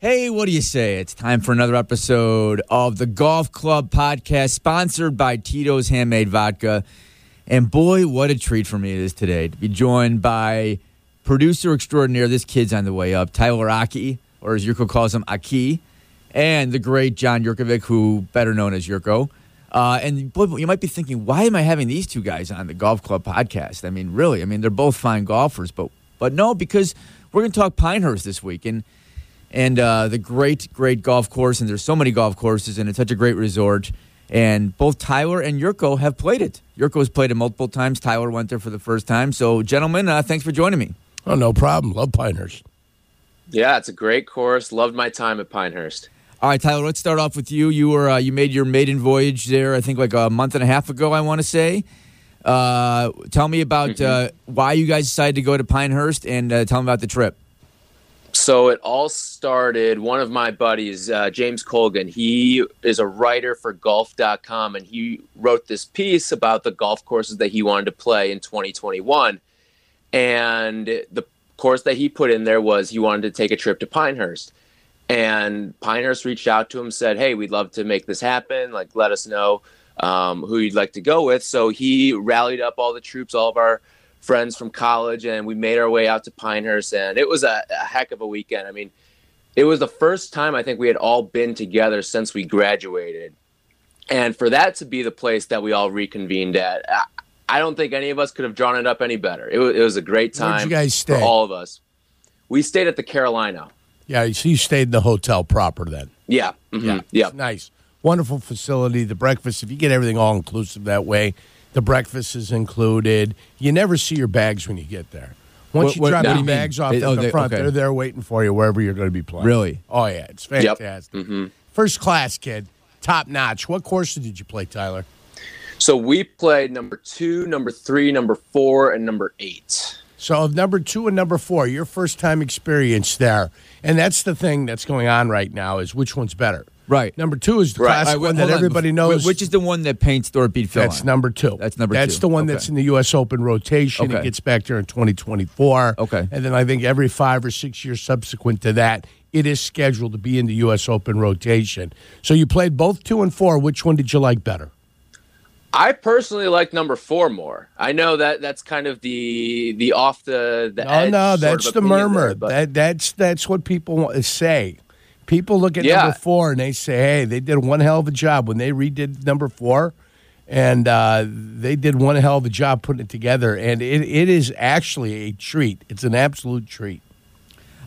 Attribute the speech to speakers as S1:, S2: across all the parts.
S1: Hey, what do you say? It's time for another episode of the Golf Club podcast, sponsored by Tito's Handmade Vodka. And boy, what a treat for me it is today to be joined by producer extraordinaire. This kid's on the way up, Tyler Aki, or as Yurko calls him, Aki, and the great John Yurkovic, who better known as Yurko. Uh, and boy, you might be thinking, why am I having these two guys on the Golf Club podcast? I mean, really, I mean, they're both fine golfers, but but no, because we're going to talk Pinehurst this week, and and uh, the great, great golf course. And there's so many golf courses, and it's such a great resort. And both Tyler and Yurko have played it. Yurko has played it multiple times. Tyler went there for the first time. So, gentlemen, uh, thanks for joining me.
S2: Oh, no problem. Love Pinehurst.
S3: Yeah, it's a great course. Loved my time at Pinehurst.
S1: All right, Tyler. Let's start off with you. You were uh, you made your maiden voyage there. I think like a month and a half ago. I want to say. Uh, tell me about mm-hmm. why you guys decided to go to Pinehurst, and uh, tell me about the trip.
S3: So it all started. One of my buddies, uh, James Colgan, he is a writer for golf.com and he wrote this piece about the golf courses that he wanted to play in 2021. And the course that he put in there was he wanted to take a trip to Pinehurst. And Pinehurst reached out to him, said, Hey, we'd love to make this happen. Like, let us know um, who you'd like to go with. So he rallied up all the troops, all of our friends from college and we made our way out to Pinehurst and it was a, a, heck of a weekend. I mean, it was the first time I think we had all been together since we graduated. And for that to be the place that we all reconvened at, I don't think any of us could have drawn it up any better. It was, it was a great time for all of us. We stayed at the Carolina.
S2: Yeah, he stayed in the hotel proper then.
S3: Yeah. Mm-hmm. Yeah. yeah.
S2: Nice. Wonderful facility. The breakfast, if you get everything all inclusive that way, the breakfast is included. You never see your bags when you get there. Once what, you drop what, your bags mean? off they, at oh, the they, front, okay. they're there waiting for you wherever you're going to be playing.
S1: Really?
S2: Oh yeah, it's fantastic. Yep. Mm-hmm. First class, kid, top notch. What courses did you play, Tyler?
S3: So we played number two, number three, number four, and number eight.
S2: So of number two and number four, your first time experience there, and that's the thing that's going on right now is which one's better.
S1: Right.
S2: Number two is the right. classic right, one that on. everybody knows.
S1: Which is the one that paints Thorpe beat Phil?
S2: That's number two.
S1: That's number
S2: that's
S1: two.
S2: That's the one okay. that's in the U.S. Open rotation. Okay. It gets back there in 2024.
S1: Okay.
S2: And then I think every five or six years subsequent to that, it is scheduled to be in the U.S. Open rotation. So you played both two and four. Which one did you like better?
S3: I personally like number four more. I know that that's kind of the the off the the.
S2: Oh no, that's the murmur. There, that that's that's what people want, say. People look at yeah. number four and they say, "Hey, they did one hell of a job when they redid number four, and uh, they did one hell of a job putting it together." And it, it is actually a treat. It's an absolute treat.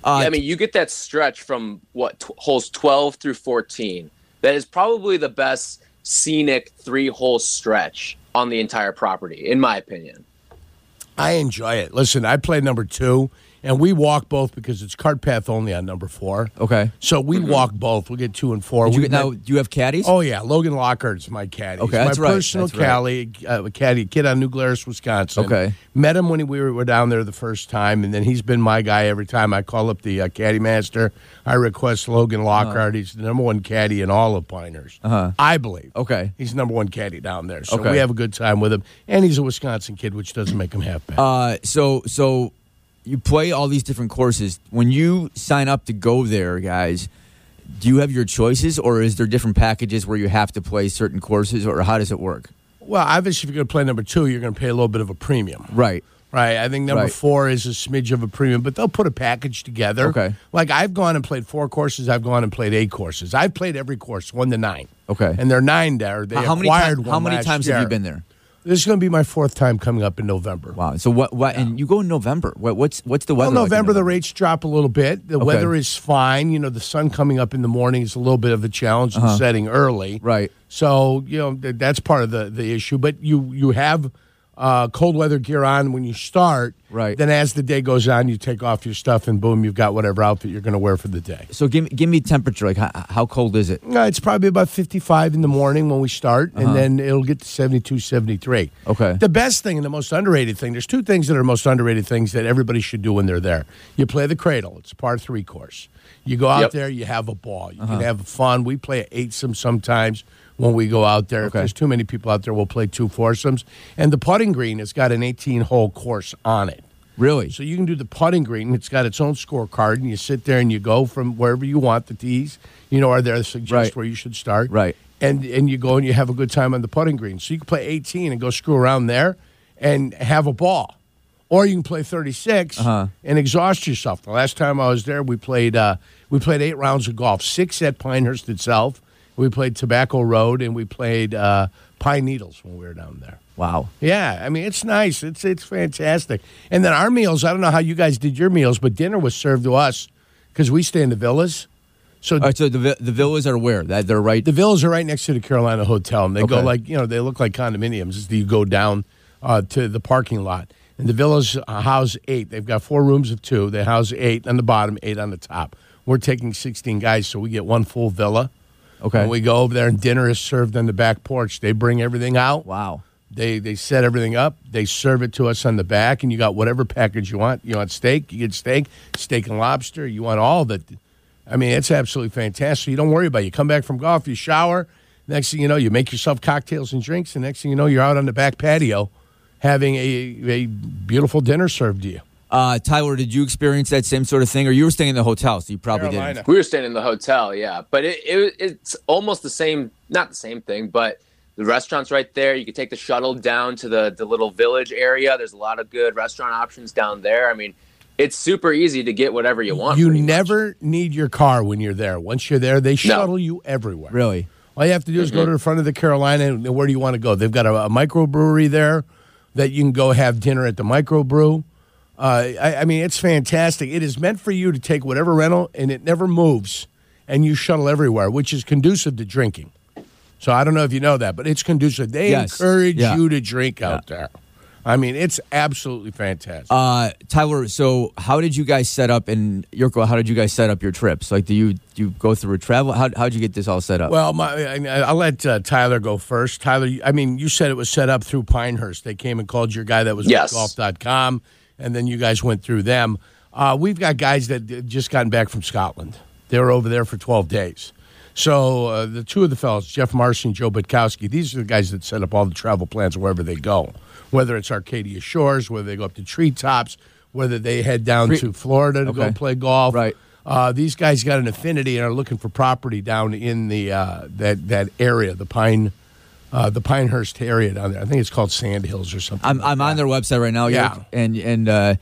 S3: Uh, yeah, I mean, you get that stretch from what t- holes twelve through fourteen. That is probably the best scenic three hole stretch on the entire property, in my opinion.
S2: I enjoy it. Listen, I played number two and we walk both because it's cart path only on number four.
S1: Okay,
S2: so we mm-hmm. walk both. Oh, We get two and four.
S1: Did you, get, now, do you have caddies?
S2: Oh yeah, Logan Lockhart's my caddy.
S1: Okay,
S2: my
S1: that's right.
S2: personal
S1: that's right.
S2: caddy, uh, caddy, kid on New Glarus, Wisconsin.
S1: Okay,
S2: met him when we were, were, down there the first time, and then he's been my guy every time. I call up the uh, caddy master. I request Logan Lockhart. Oh. He's the number one caddy in all of Piners.
S1: Uh-huh.
S2: I believe.
S1: Okay,
S2: he's number one caddy down there. So okay. we have a good time with him, and he's a Wisconsin kid, which doesn't make him half bad.
S1: Uh, so so you play all these different courses. When you sign up to go there, guys, do you have your choices or is there different packages where you have to play certain courses or how does it work?
S2: Well, obviously, if you're going to play number two, you're going to pay a little bit of a premium.
S1: Right.
S2: Right. I think number right. four is a smidge of a premium, but they'll put a package together.
S1: Okay.
S2: Like I've gone and played four courses. I've gone and played eight courses. I've played every course, one to nine.
S1: Okay.
S2: And they're nine there. They
S1: how,
S2: many time,
S1: How many times
S2: year.
S1: have you been there?
S2: This is going to be my fourth time coming up in November.
S1: Wow! So what? What? Yeah. And you go in November. What, what's what's the weather?
S2: Well, November,
S1: like November,
S2: the rates drop a little bit. The okay. weather is fine. You know, the sun coming up in the morning is a little bit of a challenge uh-huh. in setting early.
S1: Right.
S2: So you know that's part of the the issue. But you you have uh, cold weather gear on when you start.
S1: Right.
S2: Then as the day goes on, you take off your stuff and boom, you've got whatever outfit you're going to wear for the day.
S1: So give me, give me temperature. Like how, how cold is it?
S2: Uh, it's probably about 55 in the morning when we start, uh-huh. and then it'll get to 72, 73.
S1: Okay.
S2: The best thing and the most underrated thing. There's two things that are most underrated things that everybody should do when they're there. You play the cradle. It's a par three course. You go out yep. there, you have a ball, you uh-huh. can have fun. We play eight some sometimes when we go out there. Okay. If there's too many people out there, we'll play two foursomes. And the putting green has got an 18 hole course on it.
S1: Really?
S2: So you can do the putting green. It's got its own scorecard, and you sit there and you go from wherever you want the tees. You know, are there suggest
S1: Right.
S2: where you should start?
S1: Right.
S2: And and you go and you have a good time on the putting green. So you can play 18 and go screw around there and have a ball, or you can play 36
S1: Uh-huh.
S2: and exhaust yourself. The last time I was there, we played uh, we played eight rounds of golf, six at Pinehurst itself. We played Tobacco Road and we played uh, Pine Needles when we were down there.
S1: Wow.
S2: Yeah, I mean it's nice. It's it's fantastic. And then our meals. I don't know how you guys did your meals, but dinner was served to us because we stay in the villas. So
S1: All right, so the vi- the villas are where that they're right.
S2: the villas are right next to the Carolina Hotel, and they go
S1: Okay.
S2: like you know they look like condominiums. You go down uh, to the parking lot, and the villas uh, house eight. They've got four rooms of two. They house eight on the bottom, eight on the top. We're taking sixteen guys, so we get one full villa.
S1: Okay.
S2: And we go over there, and dinner is served on the back porch. They bring everything out.
S1: wow.
S2: They they set everything up. They serve it to us on the back, and you got whatever package you want. You want steak, you get steak, steak and lobster. You want all the. I mean, it's absolutely fantastic. You don't worry about it. You come back from golf, you shower. Next thing you know, you make yourself cocktails and drinks. And next thing you know, you're out on the back patio having a, a beautiful dinner served to you.
S1: Uh, Tyler, did you experience that same sort of thing, or you were staying in the hotel, so you probably
S2: Carolina.
S1: didn't?
S3: We were staying in the hotel, yeah. But it, it it's almost the same, not the same thing, but the restaurant's right there. You could take the shuttle down to the the little village area. There's a lot of good restaurant options down there. I mean, it's super easy to get whatever you want.
S2: You
S3: pretty much.
S2: never need your car when you're there. Once you're there, they shuttle you everywhere.
S1: Really?
S2: All you have to do is go to the front of the Carolina. And where do you want to go? They've got a, a microbrewery there that you can go have dinner at the microbrew. Uh, I, I mean, it's fantastic. It is meant for you to take whatever rental, and it never moves, and you shuttle everywhere, which is conducive to drinking. So I don't know if you know that, but it's conducive. They
S1: Yes.
S2: encourage
S1: Yeah.
S2: you to drink out there. I mean, it's absolutely fantastic.
S1: Uh, Tyler, so how did you guys set up and Yurko? How did you guys set up your trips? Like, do you do you go through a travel? How how'd you get this all set up?
S2: Well, my, I- I- I'll let uh, Tyler go first. Tyler, you- I mean, you said it was set up through Pinehurst. They came and called your guy that was
S3: Yes.
S2: with golf.com, and then you guys went through them. Uh, we've got guys that d- just gotten back from Scotland. They were over there for 12 days. So uh, the two of the fellas, Jeff Marcy and Joe Bitkowski, these are the guys that set up all the travel plans wherever they go, whether it's Arcadia Shores, whether they go up to treetops, whether they head down
S1: Tre-
S2: to Florida to go
S1: Okay.
S2: play golf.
S1: Right.
S2: Uh, these guys got an affinity and are looking for property down in the uh, that that area, the Pine, uh, the Pinehurst area down there. I think it's called Sand Hills or something.
S1: I'm
S2: like
S1: I'm on
S2: that.
S1: their website right now.
S2: Yeah.
S1: Yurko, and and uh,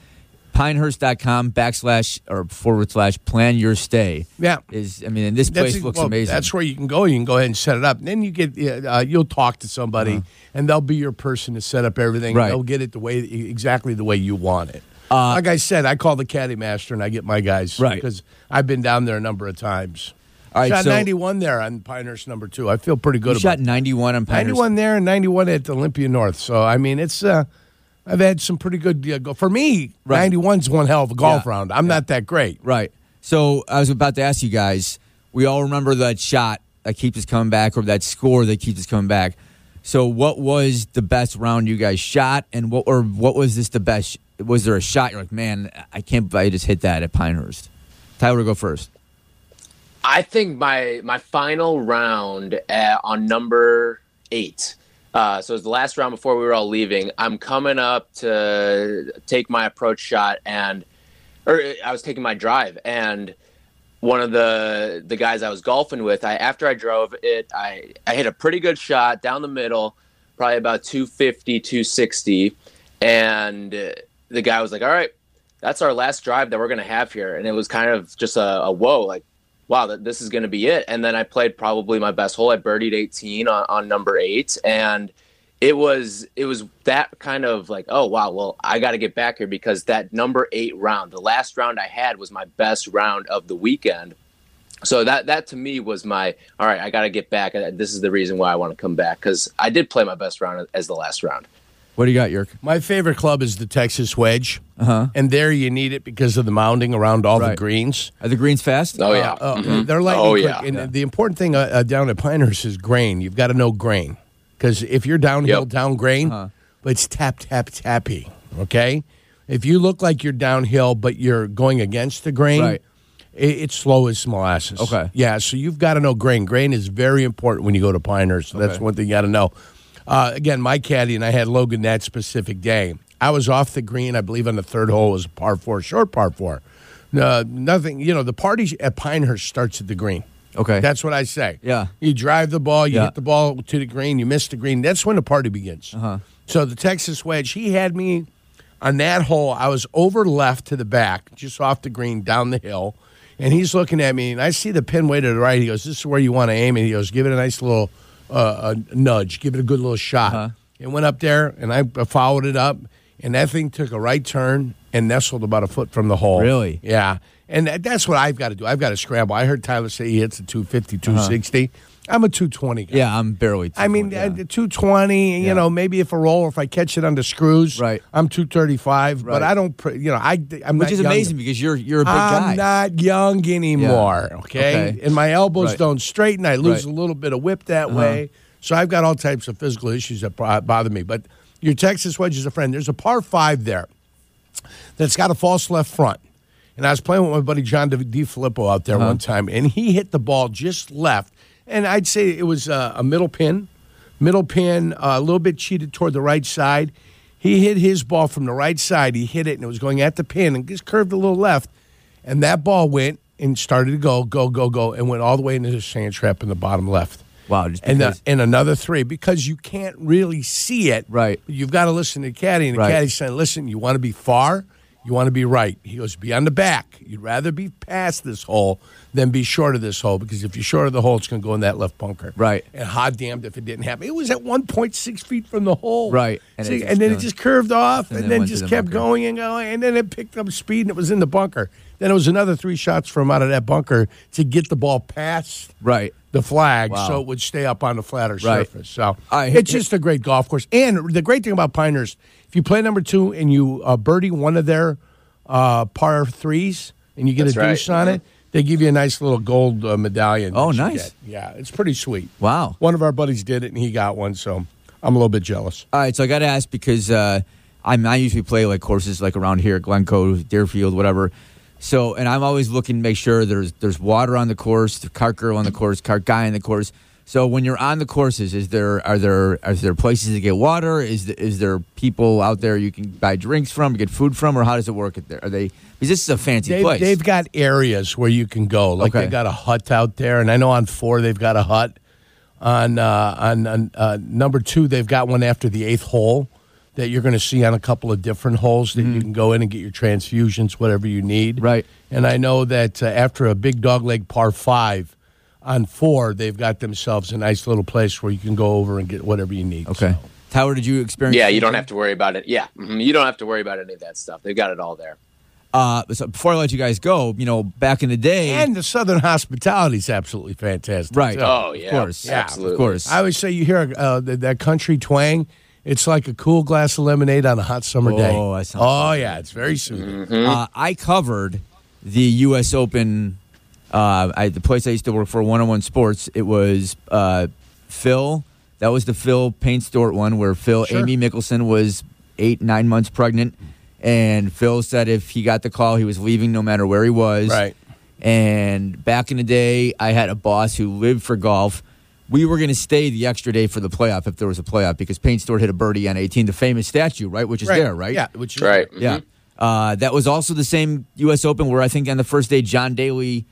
S1: pinehurst.com backslash or forward slash plan your stay.
S2: Yeah.
S1: is I mean, and this place
S2: That's-
S1: looks
S2: well,
S1: amazing.
S2: That's where you can go. You can go ahead and set it up. And then you get uh, uh, you'll talk to somebody, and they'll be your person to set up everything.
S1: Uh-huh. Right. Uh,
S2: They'll get it the way e, exactly the way you want it. like I said, I call the caddy master and I get my guys
S1: Right.
S2: because I've been down there a number of times.
S1: All right,
S2: shot
S1: so-
S2: 91 there on Pinehurst number two. I feel pretty good
S1: you shot
S2: about it.
S1: 91 on Pinehurst.
S2: 91 there and 91 at Olympia North. So, I mean, it's, uh, I've had some pretty good, uh, go- for me,
S1: Right.
S2: 91's one hell of a golf
S1: Yeah.
S2: round. I'm not that great.
S1: Right. So I was about to ask you guys. We all remember that shot that keeps us coming back, or that score that keeps us coming back. So, what was the best round you guys shot, and what or what was this the best? Was there a shot you're like, man, I can't believe I just hit that at Pinehurst? Tyler, go first.
S3: I think my my final round uh on number eight. Uh, so it was the last round before we were all leaving. I'm coming up to take my approach shot, and or uh, I was taking my drive, and one of the the guys I was golfing with, I after I drove it, I I hit a pretty good shot down the middle, probably about 250, 260, and uh, the guy was like, "All right, that's our last drive that we're gonna have here," and it was kind of just a, a whoa, like, wow, that this is gonna be it. And then I played probably my best hole. I birdied 18 on, on number eight, and it was it was that kind of like oh wow well i got to get back here because that number eight round the last round i had was my best round of the weekend so that that to me was my all right i got to get back Uh, this is the reason why i want to come back because i did play my best round as the last round
S1: What do you got, Yerk?
S2: My favorite club is the Texas Wedge.
S1: Uh-huh.
S2: And there you need it because of the mounding around all the
S1: Right.
S2: greens.
S1: Are the greens fast?
S3: oh yeah
S2: Uh, They're lightning
S3: Oh,
S2: quick.
S3: yeah.
S2: And the important thing uh, uh, down at Pinehurst is grain. You've got to know grain because if you're downhill,
S3: Yep.
S2: down grain,
S1: Uh-huh.
S2: but it's tap, tap, tappy. Okay? If you look like you're downhill, but you're going against the grain,
S1: Right.
S2: i- it's slow as molasses.
S1: Okay.
S2: Yeah, so you've got to know grain. Grain is very important when you go to Pinehurst. So that's
S1: Okay.
S2: one thing you got to know. Uh, again, my caddy and I had Logan that specific day. I was off the green, I believe, on the third hole. It was a par four, short par four. No, nothing. You know, the party at Pinehurst starts at the green.
S1: Okay.
S2: That's what I say.
S1: Yeah.
S2: You drive the ball, you
S1: Yeah.
S2: hit the ball to the green, you miss the green. That's when the party begins.
S1: Uh-huh.
S2: So the Texas wedge, he had me on that hole. I was over left to the back, just off the green, down the hill. And he's looking at me, and I see the pin way to the right. He goes, This is where you want to aim. And he goes, Give it a nice little uh, a nudge, give it a good little shot.
S1: Uh-huh.
S2: It went up there, and I followed it up, and that thing took a right turn and nestled about a foot from the hole.
S1: Really?
S2: Yeah. And that, that's what I've got to do. I've got to scramble. I heard Tyler say he hits a 250, 260. I'm a 220 guy.
S1: Uh-huh. Yeah, I'm barely.
S2: I mean,
S1: yeah.
S2: uh, the 220,
S1: Yeah.
S2: you know, maybe if a roll, if I catch it on the screws,
S1: Right.
S2: I'm 235.
S1: Right.
S2: But I don't, pr- you know, I, I'm
S1: which
S2: not
S1: is
S2: young.
S1: amazing because you're you're a big guy.
S2: I'm not young anymore, okay?
S1: Okay.
S2: And my elbows
S1: Right.
S2: don't straighten. I lose
S1: Right. Uh-huh.
S2: a little bit of whip that way. So I've got all types of physical issues that bo- bother me. But your Texas wedge is a friend. There's a par five there that's got a false left front. And I was playing with my buddy John DiFilippo out there one
S1: Uh-huh.
S2: time, and he hit the ball just left. And I'd say it was uh, a middle pin, middle pin, uh, a little bit cheated toward the right side. He hit his ball from the right side. He hit it, and it was going at the pin and just curved a little left. And that ball went and started to go, go, go, go, and went all the way into the sand trap in the bottom left.
S1: Wow, just
S2: and, the-
S1: because-
S2: and another three because you can't really see it.
S1: Right.
S2: You've got to listen to the caddy, and the
S1: Right.
S2: caddy saying, "Listen, you want to be far, you want to be right." He goes, "Be on the back. You'd rather be past this hole than be short of this hole because if you're short of the hole, it's going to go in that left bunker."
S1: Right.
S2: And hot damned if it didn't happen. It was at 1.6 feet from the hole.
S1: Right. And
S2: See, And,
S1: it just
S2: then it
S1: kinda-
S2: just curved off,
S1: and
S2: and,
S1: then
S2: then,
S1: went to
S2: just
S1: the
S2: kept
S1: bunker.
S2: going and going, and then it picked up speed, and it was in the bunker. Then it was another three shots from out of that bunker to get the ball past
S1: right.
S2: the flag
S1: Wow.
S2: so it would stay up on the flatter
S1: Right.
S2: surface. So
S1: I-
S2: it's just a great golf course. And the great thing about Pinehurst, if you play number two and you uh, birdie one of their uh, par threes and you get
S3: That's
S2: a
S3: right.
S2: deuce on it, they give you a nice little gold uh, medallion.
S1: Uh-huh. Oh,
S2: that you
S1: nice.
S2: get. Yeah, it's pretty sweet.
S1: Wow.
S2: One of our buddies did it and he got one, so I'm a little bit jealous.
S1: All right, so I got to ask because uh, I'm I usually play like courses like around here, Glencoe, Deerfield, whatever. So, and I'm always looking to make sure there's there's water on the course, the cart girl on the course, cart guy on the course. So, when you're on the courses, is there are there are there places to get water? Is the, is there people out there you can buy drinks from, get food from, or how does it work? At there are they? Because this is a fancy
S2: They've,
S1: place.
S2: they've got areas where you can go. Like
S1: Okay.
S2: they got a hut out there, and I know on four they've got a hut. On uh, on, on uh, number two, they've got one after the eighth hole that you're going to see on a couple of different holes that you can go in and get your transfusions, whatever you need.
S1: Mm-hmm. Right.
S2: And I know that uh, after a big dog leg par five on four, they've got themselves a nice little place where you can go over and get whatever you need.
S1: okay.
S2: So-
S1: Tower, did you experience?
S3: Yeah, you don't have to worry about it. Yeah, mhm, you don't have to worry about any of that stuff. They've got it all there.
S1: Uh, so before I let you guys go, you know, back in the day,
S2: And the Southern hospitality is absolutely fantastic.
S1: right?
S2: So-
S3: Oh,
S1: of
S3: yeah.
S1: course,
S3: Yeah,
S1: of
S3: absolutely.
S1: course.
S2: I always say you hear uh, th- that country twang. It's like a cool glass of lemonade on a hot summer day.
S1: Oh, that sounds
S2: Oh, yeah, it's very
S3: Mm-hmm.
S2: soothing.
S1: Uh, I covered the U.S. Open. Uh, I, the place I used to work for, 101 Sports, it was uh, Phil. That was the Phil Paint Stort one where Phil,
S2: Sure.
S1: Amy Mickelson was eight, nine months pregnant. And Phil said if he got the call, he was leaving no matter where he was.
S2: Right.
S1: And back in the day, I had a boss who lived for golf. We were going to stay the extra day for the playoff if there was a playoff because Paint Stort hit a birdie on 18, the famous statue, right? Which is there, right?
S2: Yeah, which is
S3: Right.
S1: Yeah. Uh, that was also the same U.S. Open where I think on the first day John Daly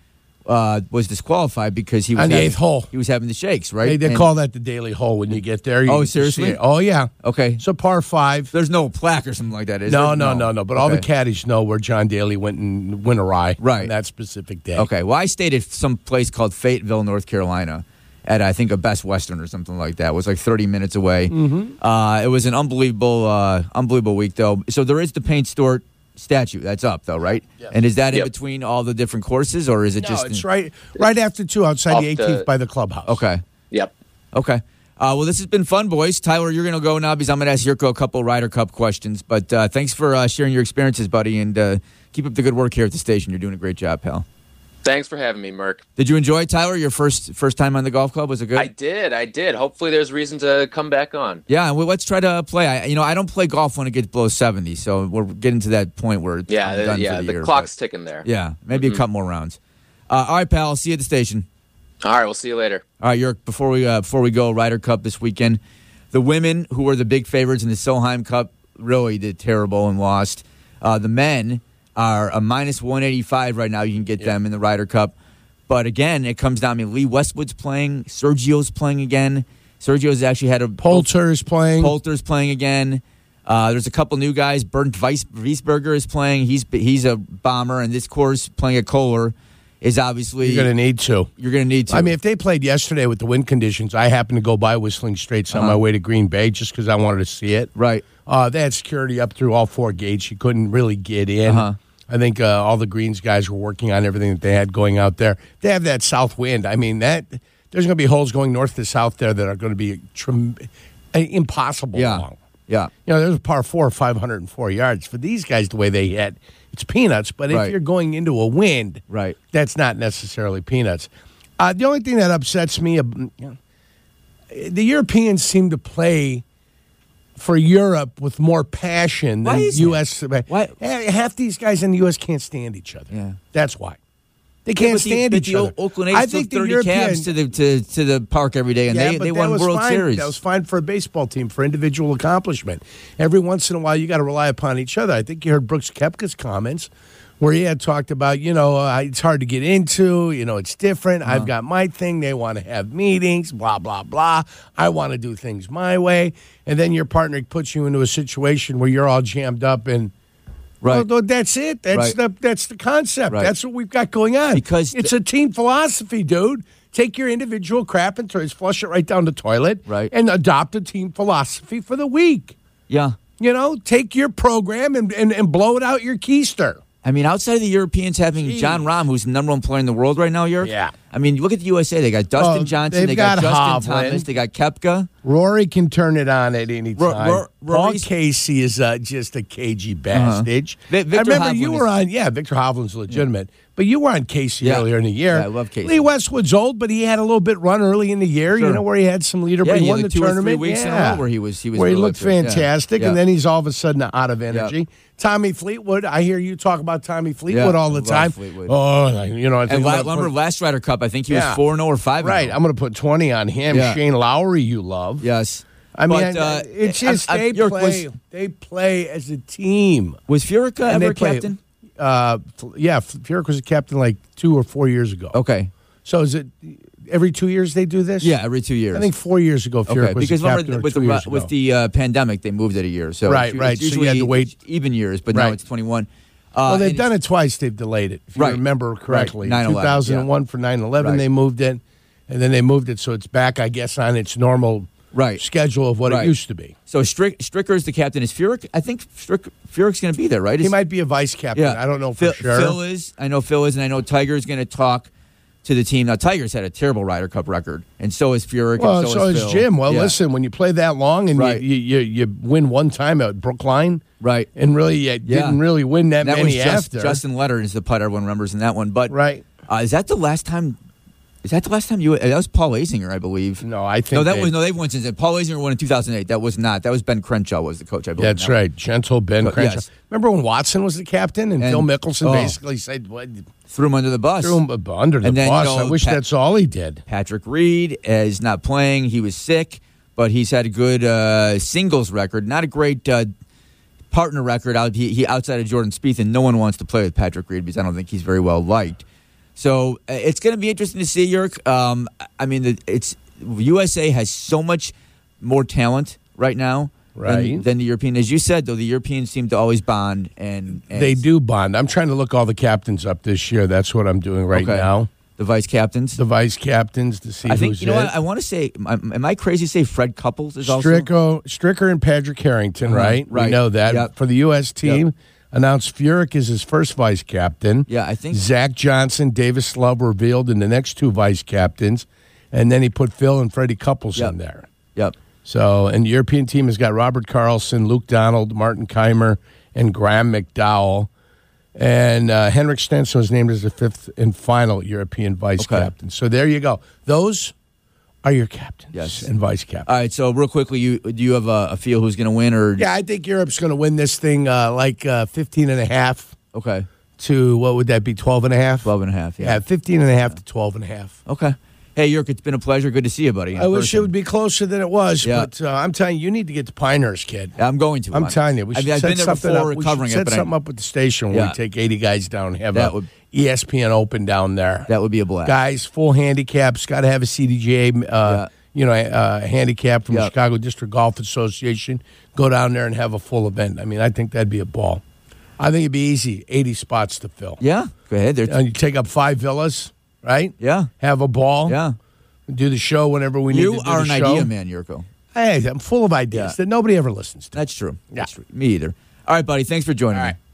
S1: uh, was disqualified because he was
S2: On the
S1: having,
S2: eighth hole.
S1: He was having the shakes, right?
S2: They, they
S1: And-
S2: call that the daily hole when you get there. You
S1: Oh,
S2: can see
S1: seriously?
S2: it. Oh, yeah.
S1: Okay.
S2: So par five.
S1: There's no plaque or something like that, is
S2: No,
S1: there?
S2: no, no, no. But all the
S1: Okay.
S2: caddies know where John Daly went and went awry
S1: Right.
S2: on that specific day.
S1: Okay. Well, I stayed at some place called Fayetteville, North Carolina, at I think a Best Western or something like that. It was like 30 minutes away. Mm-hmm. Uh, it was an unbelievable, uh, unbelievable week though. So there is the Paint Stewart statue that's up though, right?
S2: Yes.
S1: And is that
S3: Yep.
S1: in between all the different courses, or is it
S2: No,
S1: just?
S2: it's
S1: in-
S2: right right after two outside
S3: Off
S2: the
S3: the-
S2: 18th by the clubhouse.
S1: Okay.
S3: Yep.
S1: Okay. Uh, well, this has been fun, boys. Tyler, you're going to go now because I'm going to ask Yurko a couple Ryder Cup questions. But uh, thanks for uh, sharing your experiences, buddy, and uh, keep up the good work here at the station. You're doing a great job, pal.
S3: Thanks for having me, Merck.
S1: Did you enjoy it, Tyler? Your first first time on the golf club was it good?
S3: I did. I did. Hopefully, there's reason to come back on.
S1: yeah. Well, let's try to play. I, you know, I don't play golf when it gets below 70, so we're getting to that point where it's
S3: Yeah,
S1: I'm
S3: the-
S1: done
S3: yeah.
S1: for the,
S3: The
S1: year,
S3: clock's Mm-hmm. ticking there.
S1: but- yeah, maybe a couple more rounds. Uh, all right, pal. See you at the station.
S3: All right. We'll see you later.
S1: All right, York. Before we uh, before we go, Ryder Cup this weekend. The women who were the big favorites in the Solheim Cup really did terrible and lost. Uh, the men are a minus 185 right now. You can get them in the Ryder Cup. But again, it comes down. I mean, Lee Westwood's playing. Sergio's playing again. Sergio's actually had a
S2: Poulter is playing.
S1: Poulter's playing again. Uh, there's a couple new guys. Bernd Weiss, Wiesberger is playing. He's he's a bomber, and this course playing at Kohler is obviously
S2: You're going to need to.
S1: you're gonna need to.
S2: I mean, if they played yesterday with the wind conditions, I happened to go by Whistling Straits on my way to Green Bay just because I wanted to see it.
S1: Uh-huh. right?
S2: Uh, they had security up through all four gates. You couldn't really get in.
S1: Uh-huh.
S2: I think uh, all the greens guys were working on everything that they had going out there. They have that south wind. I mean, that there's going to be holes going north to south there that are going to be trem- uh, impossible.
S1: Yeah,
S2: long.
S1: yeah.
S2: You know, there's a par four, 504 yards. For these guys, the way they hit, it's peanuts. But
S1: Right.
S2: if you're going into a wind,
S1: Right.
S2: that's not necessarily peanuts. Uh, the only thing that upsets me, ab- you know, the Europeans seem to play for Europe with more passion
S1: Why
S2: than
S1: is
S2: U.S.
S1: Why-
S2: Eh, Half these guys in the U.S. can't stand each other.
S1: Yeah.
S2: That's why. They can't
S1: But the-
S2: stand
S1: but
S2: each
S1: the
S2: other.
S1: Oakland A's took 30 cabs to the to, to the park every day, and
S2: yeah,
S1: they,
S2: but
S1: they
S2: that
S1: won
S2: was
S1: World
S2: fine.
S1: Series.
S2: That was fine for a baseball team for individual accomplishment. Every once in a while, you got to rely upon each other. I think you heard Brooks Kepka's comments where he had talked about, you know, uh, it's hard to get into, you know, it's different.
S1: Uh-huh.
S2: I've got my thing. They want to have meetings, blah, blah, blah. I want to do things my way. And then your partner puts you into a situation where you're all jammed up and.
S1: right.
S2: Well, that's it. That's
S1: Right.
S2: the that's the concept.
S1: Right.
S2: That's what we've got going on.
S1: Because
S2: it's a team philosophy, dude. Take your individual crap and throw- flush it right down the toilet.
S1: Right.
S2: And adopt a team philosophy for the week.
S1: yeah.
S2: You know, take your program and, and, and blow it out your keister.
S1: I mean, outside of the Europeans having John Rahm, who's the number one player in the world right now, York.
S2: Yeah.
S1: I mean, look at the USA. They got Dustin
S2: Oh,
S1: Johnson.
S2: they've
S1: They got,
S2: got
S1: Justin
S2: Hovland.
S1: Thomas. They got Kepka.
S2: Rory can turn it on at any
S1: Ro-
S2: time.
S1: Ro-
S2: Paul
S1: Rory's- Uh-huh.
S2: Casey is uh, just a cagey bastard.
S1: Vi- Victor
S2: I remember you
S1: Hovland is-
S2: were on, yeah, Victor Hovland's legitimate, but you were on Casey
S1: Yeah.
S2: earlier in the year.
S1: Yeah, I love Casey.
S2: Lee Westwood's old, but he had a little bit run early in the year,
S1: Sure.
S2: you know, where he had some leader,
S1: Yeah,
S2: but he,
S1: he had
S2: won
S1: like
S2: the
S1: two or three
S2: tournament.
S1: weeks in a row
S2: yeah.
S1: where he was- he was
S2: Where he
S1: really
S2: looked
S1: good. Yeah.
S2: fantastic,
S1: Yeah.
S2: and then he's all of a sudden out of energy.
S1: Yeah.
S2: Tommy Fleetwood, I hear you talk about Tommy Fleetwood all the
S1: love
S2: time.
S1: Fleetwood.
S2: Oh, like, you know, I think
S1: And
S2: about-
S1: la- remember last Ryder Cup, I think he
S2: Yeah.
S1: was 4 0 or oh. 5
S2: right, I'm going to put twenty on him.
S1: Yeah.
S2: Shane Lowry, you love.
S1: Yes.
S2: I mean,
S1: But, uh,
S2: it's just
S1: I- I-
S2: they
S1: York,
S2: play.
S1: was-
S2: they play as a team.
S1: Was Furica
S2: And
S1: ever
S2: they play-
S1: captain?
S2: Uh, f- yeah, F- Furyk was a captain like two or four years ago.
S1: Okay.
S2: So is it every two years they do this?
S1: Yeah, every two years.
S2: I think four years ago Furyk
S1: Okay,
S2: was
S1: because
S2: the captain.
S1: remember
S2: or
S1: with
S2: two
S1: the
S2: years
S1: with
S2: ago.
S1: the uh, pandemic, they moved it a year. So
S2: Right,
S1: it's,
S2: right.
S1: It's
S2: So you
S1: usually
S2: had to wait-
S1: even years, but now
S2: Right.
S1: it's twenty one. Uh,
S2: well, they've
S1: and
S2: done
S1: it's-
S2: it twice. They've delayed it, if
S1: Right.
S2: you remember
S1: Right.
S2: correctly.
S1: 9/11, yeah.
S2: 2001 for 9/11,
S1: Right.
S2: they moved it, and then they moved it so it's back, I guess, on its normal
S1: Right.
S2: schedule of what
S1: Right.
S2: it used to be.
S1: So Strick, Stricker is the captain. Is Furyk? I think Strick, Furyk's going to be there, right?
S2: He
S1: Is-
S2: might be a vice captain. I don't know for
S1: Phil,
S2: sure.
S1: Phil is. I know Phil is, and I know Tiger is going to talk to the team. Now Tiger's had a terrible Ryder Cup record, and so is Furyk.
S2: Well,
S1: and
S2: so,
S1: so, is,
S2: is
S1: Phil.
S2: Jim. Well,
S1: Yeah.
S2: listen, when you play that long and
S1: Right.
S2: you, you, you you win one time at Brookline,
S1: Right.
S2: and really you didn't really win that,
S1: And that was
S2: many
S1: just,
S2: after.
S1: Justin Leonard is the putt everyone remembers in that one. But
S2: Right.
S1: uh, is that the last time? Is that the last time you? That was Paul Azinger, I believe.
S2: no, I think
S1: No, that
S2: they-
S1: was no. They've won since then. Paul Azinger won in 2008. That was not. That was Ben Crenshaw was the coach. I believe.
S2: That's
S1: Now,
S2: right, gentle Ben
S1: But,
S2: Crenshaw.
S1: yes.
S2: Remember when Watson was the captain and,
S1: And-
S2: Phil Mickelson
S1: oh.
S2: basically said, what,
S1: Threw him under the bus.
S2: "Threw him ab- under the
S1: And then, you
S2: bus."
S1: know,
S2: I wish
S1: Pat-
S2: that's all he did.
S1: Patrick Reed is not playing. He was sick, but he's had a good uh, singles record. Not a great uh, partner record. Out he, he outside of Jordan Spieth, and no one wants to play with Patrick Reed because I don't think he's very well liked. So uh, it's going to be interesting to see York. Um, I- I mean, the, it's USA has so much more talent right now. than- Than,
S2: Right.
S1: the European, as you said, though the Europeans seem to always bond and, and
S2: They do bond. I'm trying to look all the captains up this year. That's what I'm doing right
S1: Okay.
S2: now.
S1: The vice captains.
S2: The vice captains to see
S1: I think
S2: who's
S1: you know
S2: it.
S1: what I want to say. Am am I crazy to say Fred Couples is also
S2: Stricko, Stricker and Patrick Harrington,
S1: Uh-huh,
S2: right?
S1: right.
S2: We know that.
S1: Yep.
S2: For the U.S. team, announced Furyk is his first vice captain.
S1: Yeah, I think-
S2: Zach Johnson, Davis Love revealed in the next two vice captains. And then he put Phil and Freddie Couples
S1: Yep.
S2: in there.
S1: Yep.
S2: So, and the European team has got Robert Carlson, Luke Donald, Martin Keimer, and Graham McDowell. And uh, Henrik Stenson was named as the fifth and final European vice
S1: Okay.
S2: captain. So there you go. Those are your captains
S1: Yes.
S2: and vice captains.
S1: All right. So real quickly, you do you have a, a feel who's going to win or
S2: Yeah, I think Europe's going to win this thing uh, like uh, 15 and a half
S1: Okay,
S2: to what would that be 12 and a half?
S1: twelve and a half. Yeah.
S2: Yeah, 15 and a half to 12 and a half.
S1: Okay. Hey, York, it's been a pleasure. Good to see you, buddy.
S2: I wish person. it would be closer than it was, yeah. but uh, I'm telling you, you need to get to Pinehurst, kid.
S1: I'm going to.
S2: I'm honest. telling you, we
S1: I
S2: mean,
S1: I've
S2: set
S1: been there
S2: something
S1: before
S2: up.
S1: recovering
S2: we should set
S1: it, but
S2: something
S1: I,
S2: up at the station where
S1: Yeah.
S2: we take 80 guys down, have
S1: That
S2: a E
S1: would-
S2: ESPN Open down there.
S1: that would be a blast.
S2: guys, full handicaps, got to have a CDGA, uh, you know, uh, handicap from
S1: Yeah.
S2: the Chicago District Golf Association. Go down there and have a full event. I mean, I think that'd be a ball. I think it'd be easy, 80 spots to fill.
S1: Yeah, go ahead. There.
S2: And you take up five villas, right?
S1: Yeah.
S2: Have a ball.
S1: yeah.
S2: Do the show whenever we need
S1: You
S2: to do
S1: are an
S2: the show.
S1: idea man, Yurko.
S2: Hey, I'm full of ideas
S1: Yeah.
S2: that nobody ever listens to.
S1: That's true.
S2: Yeah.
S1: That's true. Me either. All right, buddy. Thanks for joining
S2: All
S1: me.
S2: right.